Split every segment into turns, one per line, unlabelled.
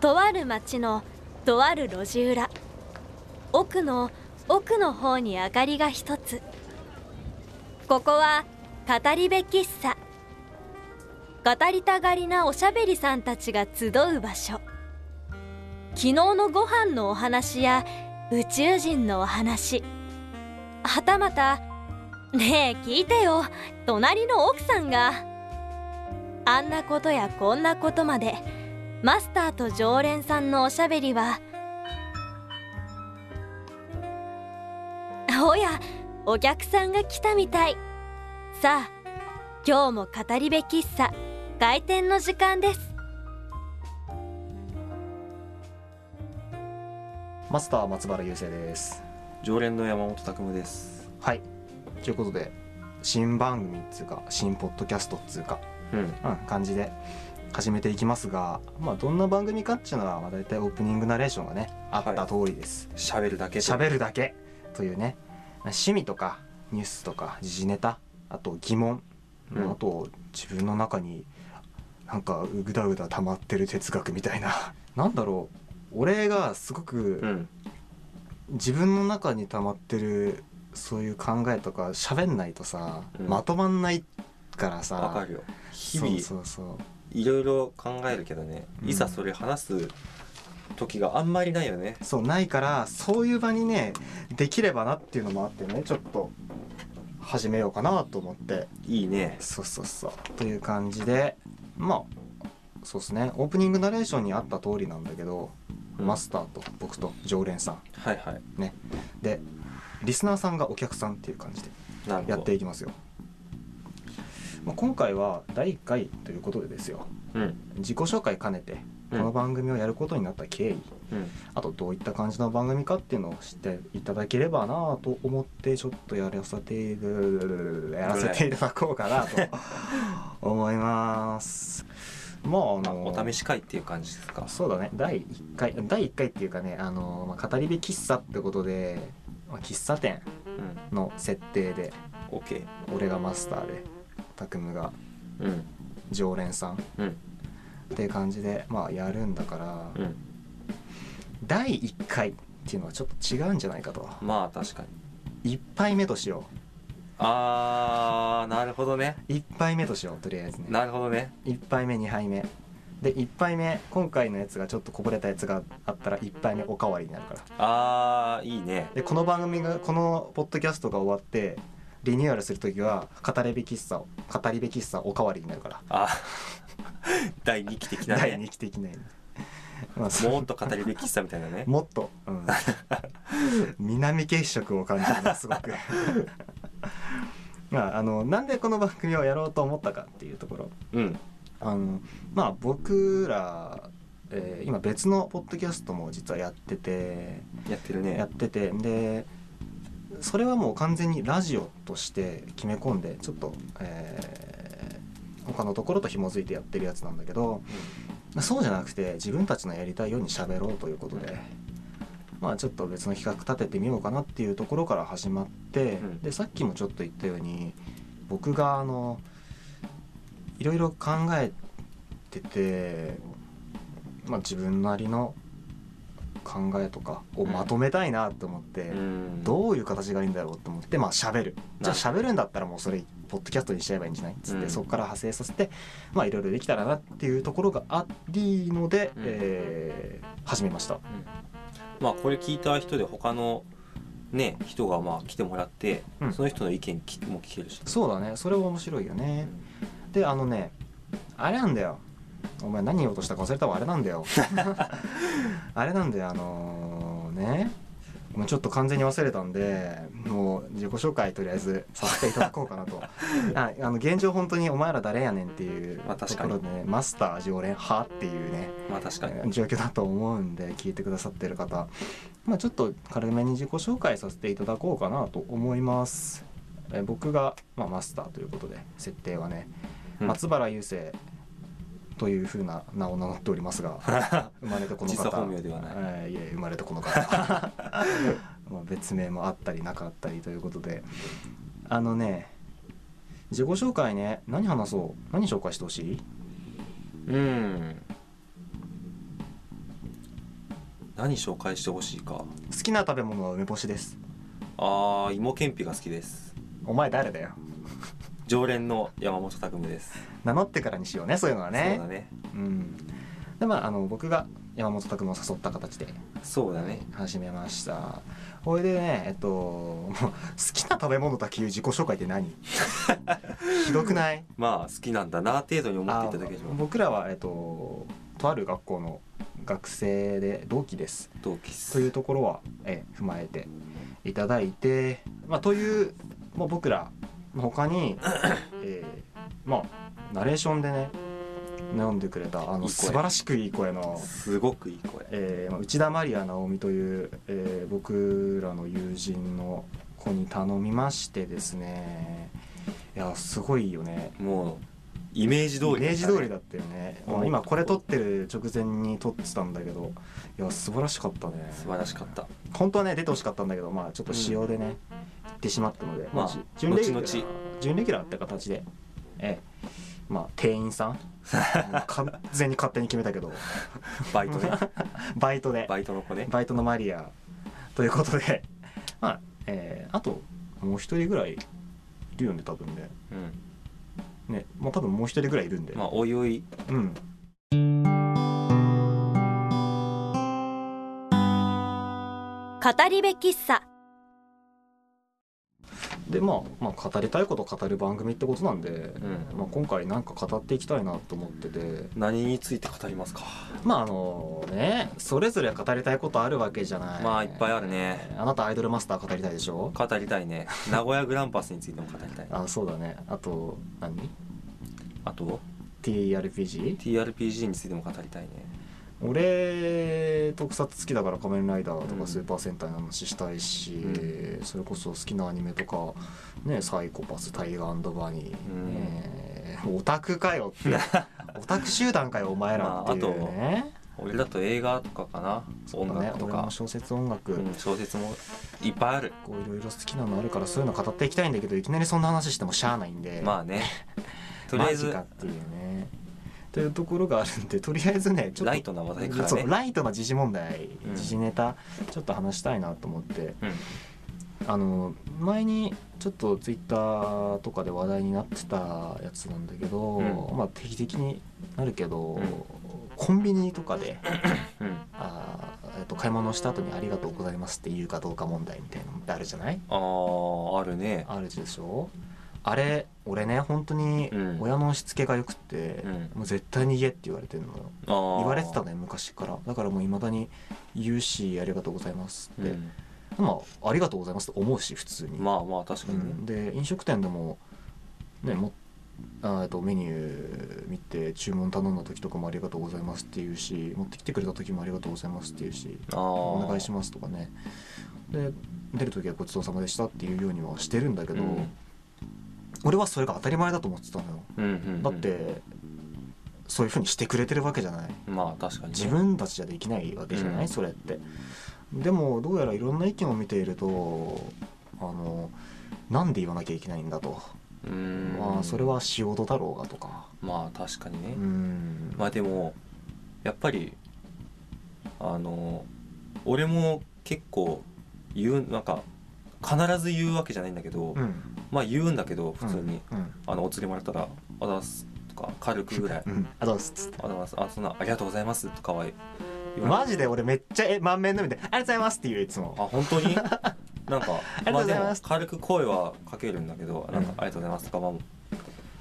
とある町のとある路地裏奥の奥の方に明かりが一つここは語り部喫茶語りたがりなおしゃべりさんたちが集う場所昨日のご飯のお話や宇宙人のお話はたまた「ねえ聞いてよ隣の奥さんが」あんなことやこんなことまでマスターと常連さんのおしゃべりはおやお客さんが来たみたいさあ今日も語り部喫茶開店の時間です
マスター松原雄生です
常連の山本拓夢です
はいということで新番組っつうか新ポッドキャストっつうか
うん
うん感じで始めていきますがまあどんな番組かっていうのはまあ大体オープニングナレーションがねあった通りです
喋るだけ
喋、るだけというね趣味とかニュースとか時事ネタあと疑問、
うん
あと自分の中になんかうぐだうだ溜まってる哲学みたいななんだろう俺がすごく、
うん
自分の中に溜まってるそういう考えとか喋んないとさ、
うん
まとまんないからさ
わかるよ日々
そうそうそう
いろいろ考えるけどね、
うん
いざそれ話す時があんまりないよね
そうないからそういう場にねできればなっていうのもあってねちょっと始めようかなと思って
いいね
そうそうそうという感じでまあそうですねオープニングナレーションにあった通りなんだけど、
うん
マスターと僕と常連さん
はいはい
でリスナーさんがお客さんっていう感じで
なるほど
やっていきますよ、まあ、今回は第1回ということでですよ
うん
自己紹介兼ねてこ
うん
の番組をやることになった経緯、
うん
あとどういった感じの番組かっていうのを知っていただければなぁと思ってちょっとやらせてやらせていただこうかなと 思いますまああ
まあ
の
お試し会っていう感じですか
そうだね第1回第1回っていうかねあの、まあ、語り部喫茶ってことで、まあ喫茶店
うん
の設定で
OK
俺がマスターで拓夢が
うん
常連さんっ
うん
ていう感じでまあやるんだから、
うん
第1回っていうのはちょっと違うんじゃないかと
まあ確かに
1杯目としよ
あーなるほどね
う1杯目としようとりあえずね
なるほどね
1杯目2杯目で1杯目今回のやつがちょっとこぼれたやつがあったら1杯目おかわりになるから
あーいいね
でこの番組がこのポッドキャストが終わってリニューアルする時は語りべ喫茶を語りべ喫茶おかわりになるから
あ 第二期的な
第
ね
2期的な、まあ、そう
もっと語りべき喫茶みたいなね
もっと、うん、南血色を感じるなすごくまああのなんでこの番組をやろうと思ったかっていうところ
うん
あのまあ僕ら、えー今別のポッドキャストも実はやってて
やってるね
やっててでそれはもう完全にラジオとして決め込んでちょっと、えー他のところと紐づいてやってるやつなんだけど、まあそうじゃなくて自分たちのやりたいように喋ろうということで、まあ、ちょっと別の企画立ててみようかなっていうところから始まって、
うん
でさっきもちょっと言ったように僕があのいろいろ考えてて、まあ、自分なりの考えとかをまとめたいなと思って、
うん
どういう形がいいんだろうと思ってまあ喋るじゃあ喋るんだったらもうそれポッドキャストにしちゃえばいいんじゃないっつって、
うん
そこから派生させてまあいろいろできたらなっていうところがありので、
うん
えー始めました
まあこれ聞いた人で他のね人がまあ来てもらって、
うん
その人の意見聞くも聞けるし、
そうだねそれは面白いよ
う
ね
ん、
であのねあれなんだよお前何言おうとしたか忘れたわあれなんだ よあれなんだよあのねもうちょっと完全に忘れたんでもう自己紹介とりあえずさせていただこうかな とああの現状本当に「お前ら誰やねん」っていう
まあ
と
確
こ
かに
ろで、ね、マスター常連派っていうね
まあ確かに、
状況だと思うんで聞いてくださってる方、まあ、ちょっと軽めに自己紹介させていただこうかなと思います。えー僕が、まあ、マスターということで設定はね、
うん
松原雄生というふうな名を名乗っておりますが 生まれてこの方
実は本名ではない
えーいえ生まれてこの方 まあ別名もあったりなかったりということであのね自己紹介ね何話そう何紹介してほしい
うん何紹介してほしいか
好きな食べ物は梅干しです
あー芋けんぴが好きです
お前誰だよ
常連の山本拓夢です、
名乗ってからにしようねそういうのはね
そうだね
うんでまああの僕が山本拓夢を誘った形で
そうだね
始めましたこれでねえっともう好きな食べ物だけいう自己紹介って何 ひどくない
まあ好きなんだな程度に思っていただけれ
あ
ば
僕らは、えっと、とある学校の学生で同期です
同期っす
というところは、え踏まえていただいて、まあ、という、まあ、僕らの他 に、えーまあナレーションでね読んでくれたあ
いい声
の素晴らしくいい声の。
すごくいい声
えーまあ内田まりや直美という、えー僕らの友人の子に頼みましてですねいやすごいよね
もうイメージ通り
イメージ通りだったよね、
うん
あ今これ撮ってる直前に撮ってたんだけどいや素晴らしかったね
素晴らしかった
本当はね出てほしかったんだけどまあちょっと仕様でね、行ってしまったので
まあ
じ準レギュラ
後
ー
々
準レギュラーって形でええまあ店員 さんもう完全に勝手に決めたけど
バイ トね
バイトで
バイトの子ね
バイトのマリアということでまあ、えーあともう一人ぐらいいるよね多分ね
うん
ねもう多分もう一人ぐらいいるんで、
まあおいおい
うん
語り部喫茶
でまあ、まあ、語りたいことを語る番組ってことなんで、
うん
まあ、今回なんか語っていきたいなと思ってて
何について語りますか
まああのねそれぞれ語りたいことあるわけじゃない
まあいっぱいあるね
あなたアイドルマスター語りたいでしょ
語りたいね名古屋グランパスについても語りたい
あそうだねあと何
あと
TRPG?
TRPG についても語りたいね
俺特撮好きだから仮面ライダーと
う
か
ん
スーパー戦隊の話したいし、
う
それこそ好きなアニメとかねサイコパスタイガーバニー、
うん
えーオタクかよって オタク集団かよお前らっていうね,、
俺だと映画とかかな
そう
音
だね
楽と
俺
か
も小説音楽、
うん、小説もいっぱいある
こういろいろ好きなのあるからそういうの語っていきたいんだけどいきなりそんな話してもしゃあないんで
ま あねとりあえ
マ
ず
ジかっていうねというところがあるんでとりあえずねちょっと
ライトな話題から
そう
ね
ライトな時事問題
うん
時事ネタ、ちょっと話したいなと思って
うん
あの前にちょっとツイッターとかで話題になってたやつなんだけど、
うん
まあ定期的になるけど、
うん
コンビニとかで
うん
あー、えっと、買い物した後に「ありがとうございます」って言うかどうか問題みたいなのってあるじゃない
あーあるね
あるでしょあれ俺ね本当に
うん
親のしつけがよくって、
うん
もう絶対に言えって言われてるのよ
あー
言われてたね昔からだからもういまだに言うし「ありがとうございます」って、
うん
まあありがとうございます」と思うし普通に、
まあまあ確か
う
にね、
ん、で飲食店でもねもあえっとメニュー見て注文頼んだ時とかも「ありがとうございます」って言うし持ってきてくれた時も「ありがとうございます」って言うし
あ
「
あ
お願いします」とかねで出る時は「ごちそうさまでした」っていうようにはしてるんだけど、
うん
俺はそれが当たり前だと思ってたのよ
うんうんうん
だってそういうふうにしてくれてるわけじゃない
まあ確かにね、
自分たちじゃできないわけじゃない、
うん
それってでもどうやらいろんな意見を見ているとあのなんで言わなきゃいけないんだと、
うん
まあそれは仕事だろうがとか
まあ確かにね、
うん
まあでもやっぱりあの俺も結構言うなんか必ず言うわけじゃないんだけど、
うん
まあ言うんだけど普通に、
うん
あのお釣りもらったら「あざっす」とか軽くぐらい
うん、あどうすっつって
「あざますあそんなありがとうございます」とかは言わな
マ
い
ジで俺めっちゃえ満面のみで「ありがとうございます」って言ういつも
あ本 当になんか
りがとう
ま
ご
あで
ざい
も
ます
軽く声はかけるんだけど「なんか
うん
ありがとうございます」とか、まあ、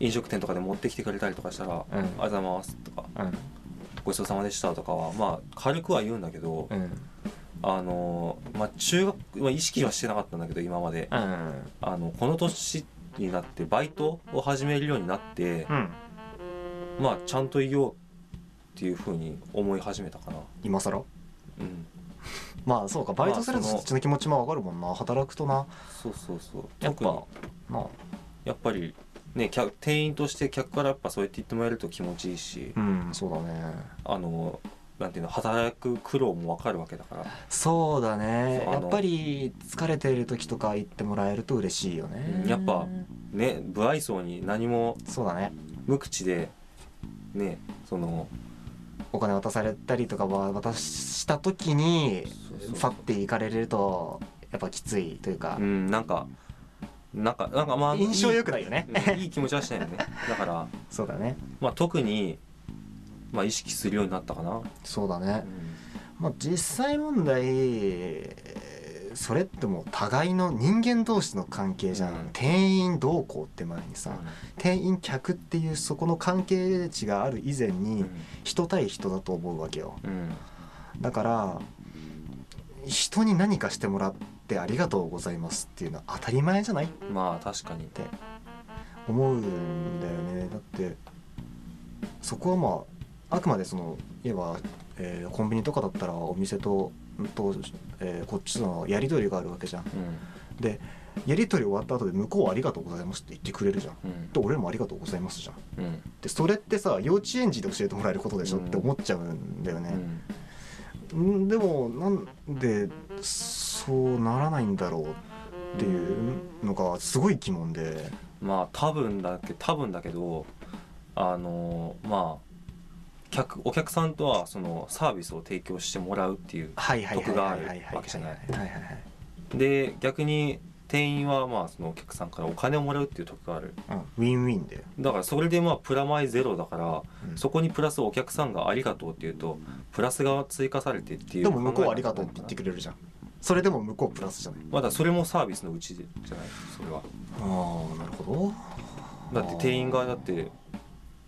飲食店とかで持ってきてくれたりとかしたら「
うん
ありがとうございます」とか
うん
「ごちそうさまでした」とかはまあ軽くは言うんだけど、
うん
あのーまあ中学、まあ、意識はしてなかったんだけど今まで
うん
あのこの年になってバイトを始めるようになって、
うん
まあちゃんといようっていうふうに思い始めたかな
今更
うん
まあそうかバイトすると
まあその
そっちの気持ちもわかるもんな働くとな
そうそうそう
やっ
特に
ぱまあ
やっぱりね客店員として客からやっぱそうやって言ってもらえると気持ちいいし、
うんそうだね
あのーなんていうの働く苦労もわかるわけだから
そうだね
そうあ
や
の
っぱり疲れてる時とか言ってもらえると嬉しいよね
やっぱね不愛想に何も
そうだね
無口でねその
お金渡されたりとかは渡した時に
そうそう
ファって行かれるとやっぱきついというか、
うんなんかなんかなんかまあ
印象良くないよね、
うんいい気持ちはしないよねだから、
そうだね
まあ、特に、まあ、意識するようになったかな、
そうだね、
うん
まあ、実際問題えーそれってもう互いの人間同士の関係じゃん、
うん
店員同行って前にさ、店員客っていうそこの関係値がある以前
う
に
ん
人対人だと思うわけよ
うん
だから人に何かしてもらってありがとうございますっていうのは当たり前じゃないって
まあ確かに
思うんだよねだってそこはまああくまでそのいえば、えーコンビニとかだったらお店とと、えーこっちとのやり取りがあるわけじゃん
うん
でやり取り終わった後で向こうはありがとうございますって言ってくれるじゃん
うん
で俺もありがとうございますじゃん
うん
でそれってさ幼稚園児で教えてもらえることでしょって思っちゃうんだよ
う
ね、
ん
んでもなんでそうならないんだろうっていうのがすごい疑問で
まあ多分だけ多分だけどあのまあ客お客さんとはそのサービスを提供してもらうっていう
はいはいはい
得が
は
あ
い
る
はいはい
わけじゃない
はいはいはい
で逆に店員はまあそのお客さんからお金をもらうっていう得がある
うん、ウィンウィンだよ、
だからそれでまあプラマイゼロだから
うん
そこにプラスお客さんが「ありがとう」って言うとプラスが追加されてっていう
でも向こうは
考
あ
え
り
方
がと
な
うっ
の
て
か
言
な
ってくれるじゃんそれでも向こうプラスじゃない
まだそれもサービスのうちじゃないそれは
ああなるほ
だって店員がだって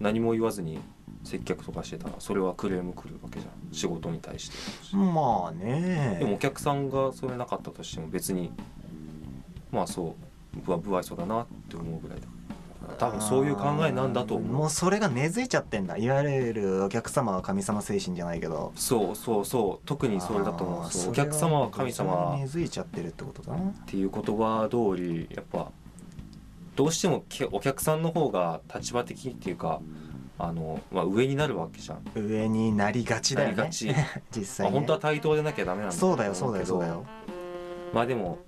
何も言わずに接客とかしてたらそれはクレーム来るわけじゃん仕事に対して
まあね
でもお客さんがそれなかったとしても別にまあそう僕は不愛想だなって思うぐらいだから多分そういう考えなんだと
あーも
思う
うそれが根付いちゃってんだいわゆるお客様は神様精神じゃないけど
そうそうそう特にそれだと思
あー
うそう
そ
お
れ
客様は神
それ
様
が
っ
根付いちゃってるってことだな
ていう言葉通りやっぱどうしてもけお客さんの方が立場的っていうかあの、まあ、上になるわけじゃん
上になりがちだよ
なり
ね
がち
実
ま
際
あ、
ね
本当は対等でなきゃダメなんだ
そうだよそうだよ
と
そう
思
だ
けど
よ
まあでも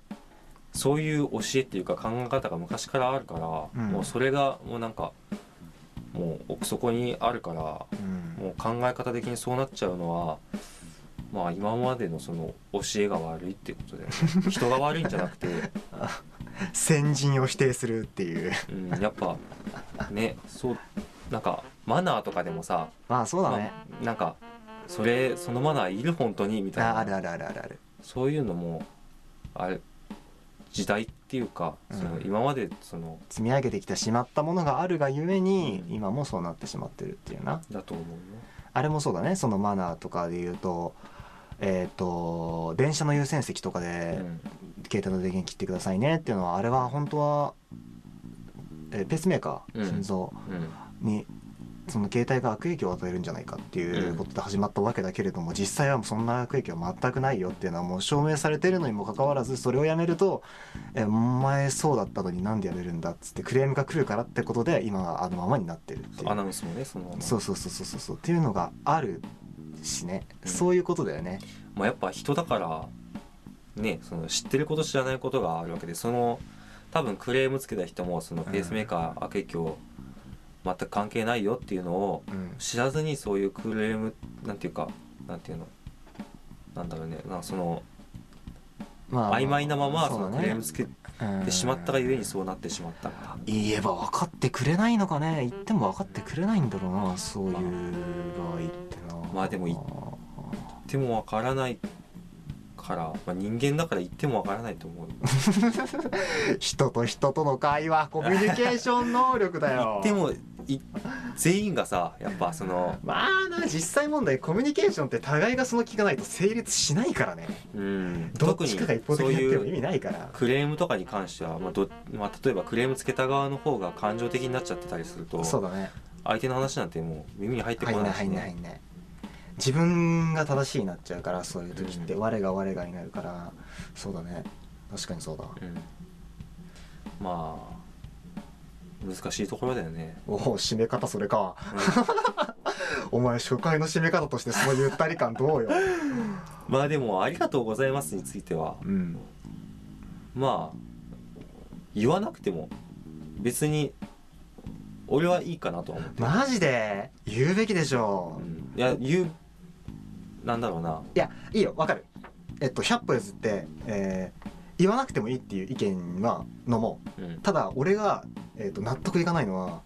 そういう教えっていうか考え方が昔からあるから、
うん
もうそれがもうなんかもう奥底にあるから
うん
もう考え方的にそうなっちゃうのはまあ今までのその教えが悪いってことで 人が悪いんじゃなくて、
先人を否定するっていう
うん、やっぱねそうなんかマナーとかでもさ、
まあそうだね、
まあなんかそれそのマナーいる本当にみたい
あ、
な
あるあるあるあるある
そういうのもあれ時代っていうか、その
うん
今までその
積み上げてきてしまったものがあるがゆえに、
うん
今もそうなってしまってるっていうな
だと思うよ。
あれもそうだねそのマナーとかで言うとえっ、と電車の優先席とかで、
うん
携帯の電源切ってくださいねっていうのはあれは本当は、えーペースメーカ
う
ー
ん
心臓
うん
にその携帯が悪影響を与えるんじゃないかっていううんことで始まったわけだけれども、実際はそんな悪影響は全くないよっていうのはもう証明されてるのにもかかわらずそれをやめると「えーお前そうだったのになんでやめるんだ」っつってクレームが来るからってことで今はあのままになってるってい
ア
う
ナウンスもねその
そうそうそうそうそうそうっていうのがあるしね、
うん
そういうことだよね。
まあ、やっぱ人だからねその知ってること知らないことがあるわけでその多分クレームつけた人もそのペースメーカー悪影響全く関係ないよっていうのを
うん
知らずにそういうクレームなんていうかなんていうのなんだろうねなんかその
ま
曖昧なまま
そ
そう
だ
の
ね
クレームつけてしまったがゆえにそうなってしまったみたいな
言えば分かってくれないのかね言っても分かってくれないんだろうなそういう場合ってな
まあでもい言ってもわからないから、まあ、人間だから言ってもわ からないと思う
人と人との会話コミュニケーション能力だ
言
よ
ってもい 全員がさやっぱその
まあな実際問題コミュニケーションって互いがその気がないと成立しないからね
うん
どっ
特に
ちかが一方的
そう
にやっても
い
意
う
味ないから
クレームとかに関しては、まあどまあ、例えばクレームつけた側の方が感情的になっちゃってたりすると
そうだね
相手の話なんてもう耳に入って
入
こ
んない
ない
入
し、
んない入
ね、
んない自分が正しいになっちゃうからそういう時って我が我がになるからそうだね確かにそうだ
うんまあ難しいところだ よね、
おお締め方それかお前初回の締め方としてそのゆったり感どうよ。
まあでも「ありがとうございます」については
うん。
まあ言わなくても別に俺はいいかなとは思ってる、
マジで言うべきでしょ
うんいや言うなんだろうない
やいいよわかるえっと100歩譲って、えー言わなくてもいいっていう意見はのも
うん
ただ俺が、えっと納得いかないのは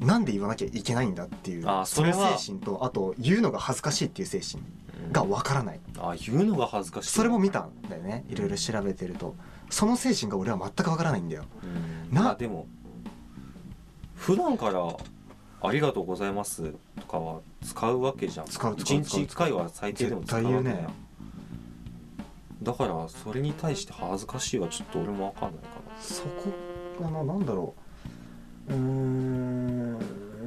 なんで言わなきゃいけないんだっていう
あーそれは
の精神とあと言うのが恥ずかしいっていう精神
うん
がわからない
あ言うのが恥ずかしい
それも見たんだよねいろいろ調べてるとその精神が俺は全くわからないんだよ
うん
な
まあでも普段から「ありがとうございます」とかは使うわけじゃん
使う使う
一
使う
日1回は最低でも使うわけ
絶対
じ
言う
ゃん
ね
だからそれに対して恥ずかしいはちょっと俺も分かんないかな
そこかななんだろううーんうー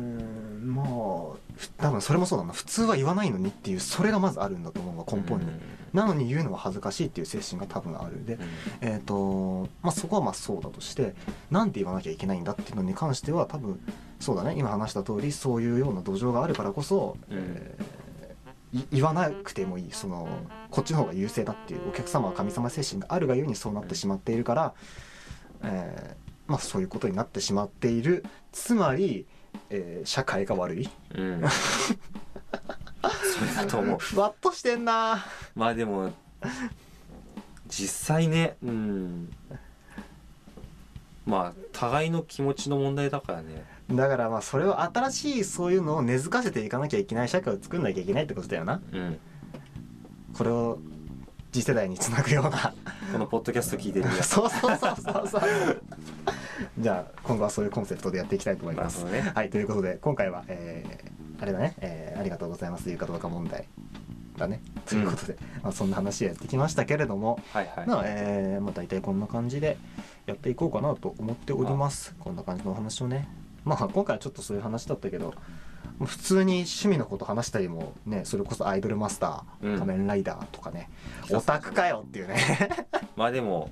んまあふ多分それもそうだな普通は言わないのにっていうそれがまずあるんだと思うわ根本に、
う
なのに言うのは恥ずかしいっていう精神が多分あるで
ん
えーとまあ、そこはまあそうだとしてなんて言わなきゃいけないんだっていうのに関しては多分そうだね今話した通りそういうような土壌があるからこそ、
うん
えーい言わなくてもいいそのこっちの方が優勢だっていうお客様は神様精神があるがゆえにそうなってしまっているから、えーまあ、そういうことになってしまっているつまり、えー社会が悪い
うん、 それだと思う
ふわっとしてんな
まあでも実際ねうんまあ互いの気持ちの問題だからね
だからまあそれを新しいそういうのを根付かせていかなきゃいけない社会を作んなきゃいけないってことだよな。
うん
これを次世代につなぐような
このポッドキャスト聞いてるや つ
そうそうそうそうそうじゃあ今後はそういうコンセプトでやっていきたいと思い
まあ
ます
そうね
はいということで今回は、えーあれだね、えーありがとうございます」言うかどうか問題だねということで、まあ、そんな話をやってきましたけれども、
はいはい
まあえーまあ、大体こんな感じでやっていこうかなと思っておりますこんな感じのお話をねまあ今回はちょっとそういう話だったけどもう普通に趣味のこと話したりもねそれこそアイドルマスター、
うん
仮面ライダーとかね
そうそうそう
オタクかよっていうね
まあでも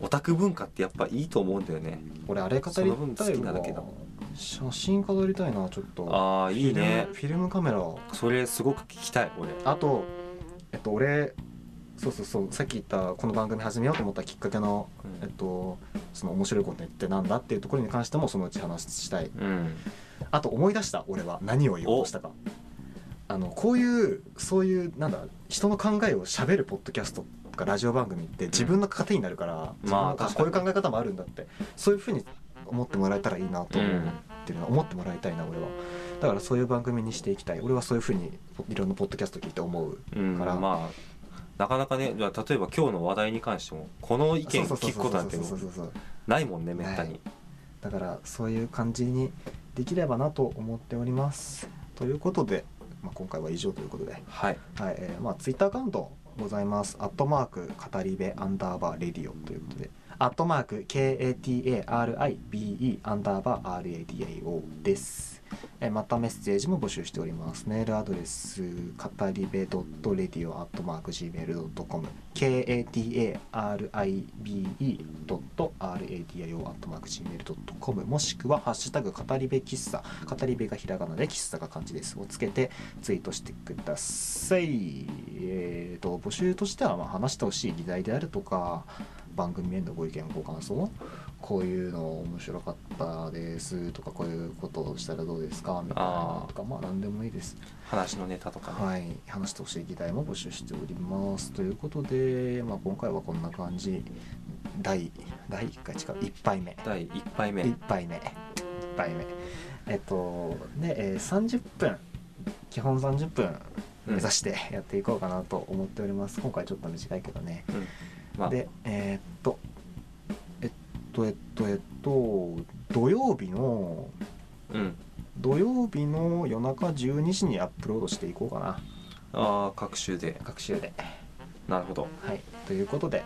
オタク文化ってやっぱいいと思うんだよね
俺あれ語
そ
り
の分好
たい
きな
わ
だけだもん
写真語りたいなちょっと
ああいいね
フィルムフィルムカメラ
それすごく聞きたい俺
あとえっと俺そうそうそうさっき言ったこの番組始めようと思ったきっかけのえっと、その面白いことってなんだっていうところに関してもそのうち話したい
うん
あと思い出した俺は何を言おうとしたかあのこういうそういうなんだ人の考えをしゃべるポッドキャストとかラジオ番組って自分の糧になるから、自分の
まあ
あ
確か
こうい
に
う考え方もあるんだってそういうふうに思ってもらえたらいいなと
う
思うんっていうのは思ってもらいたいな俺はだからそういう番組にしていきたい俺はそういうふうにいろんなポッドキャスト聞いて思う
うん
から
まあなかなかねじゃあ例えば今日の話題に関してもこの意見
そうそう
聞くことなんて
そうそうそうそう
ないもんねめった
な
に
いだからそういう感じにできればなと思っております。ということで、まあ、今回は以上ということで、はい
はい
えーまあ、ツイッターアカウントございます。アットマーク、語り部アンダーバーレディオということで、アットマーク、KATARIBE アンダーバー RADIO です。えーまたメッセージも募集しております。メールアドレス、語り部 .radio.gmail.com、kataribe.radio.gmail.com もしくは、ハッシュタグ、語り部喫茶、語り部がひらがなで、喫茶が漢字です。をつけてツイートしてください。えー、と、募集としては、まあ、話してほしい議題であるとか、番組へのご意見、ご感想、こういうの面白かったですとか、こういうことをしたらどうですかみたいなとか、まあ、何でもいいです。
話のネタとかね
はい、話してほしい議題も募集しております。ということで、まあ、今回はこんな感じ。第、第1回違う、1杯目。
第1杯目
1杯目。1杯目。えっと、で、えー30分、基本30分目指してやっていこうかなと思っております。今回ちょっと短いけどね。
うんまあ
で、えーっと、えっと、えっと、えっと、土曜日の、
うん
土曜日の夜中12時にアップロードしていこうかな。
ああ各種で
各週で。
なるほど
はい、ということで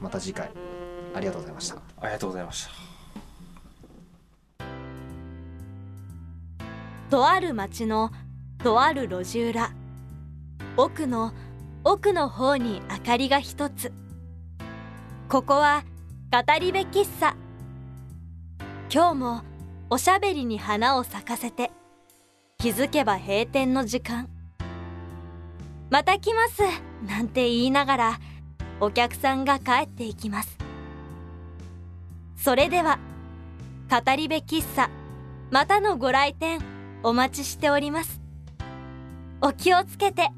また次回ありがとうございました。
ありがとうございました
とある町のとある路地裏奥の奥の方に明かりが一つここは語り部喫茶今日もおしゃべりに花を咲かせて気づけば閉店の時間また来ますなんて言いながらお客さんが帰っていきますそれでは語り部喫茶またのご来店お待ちしておりますお気をつけて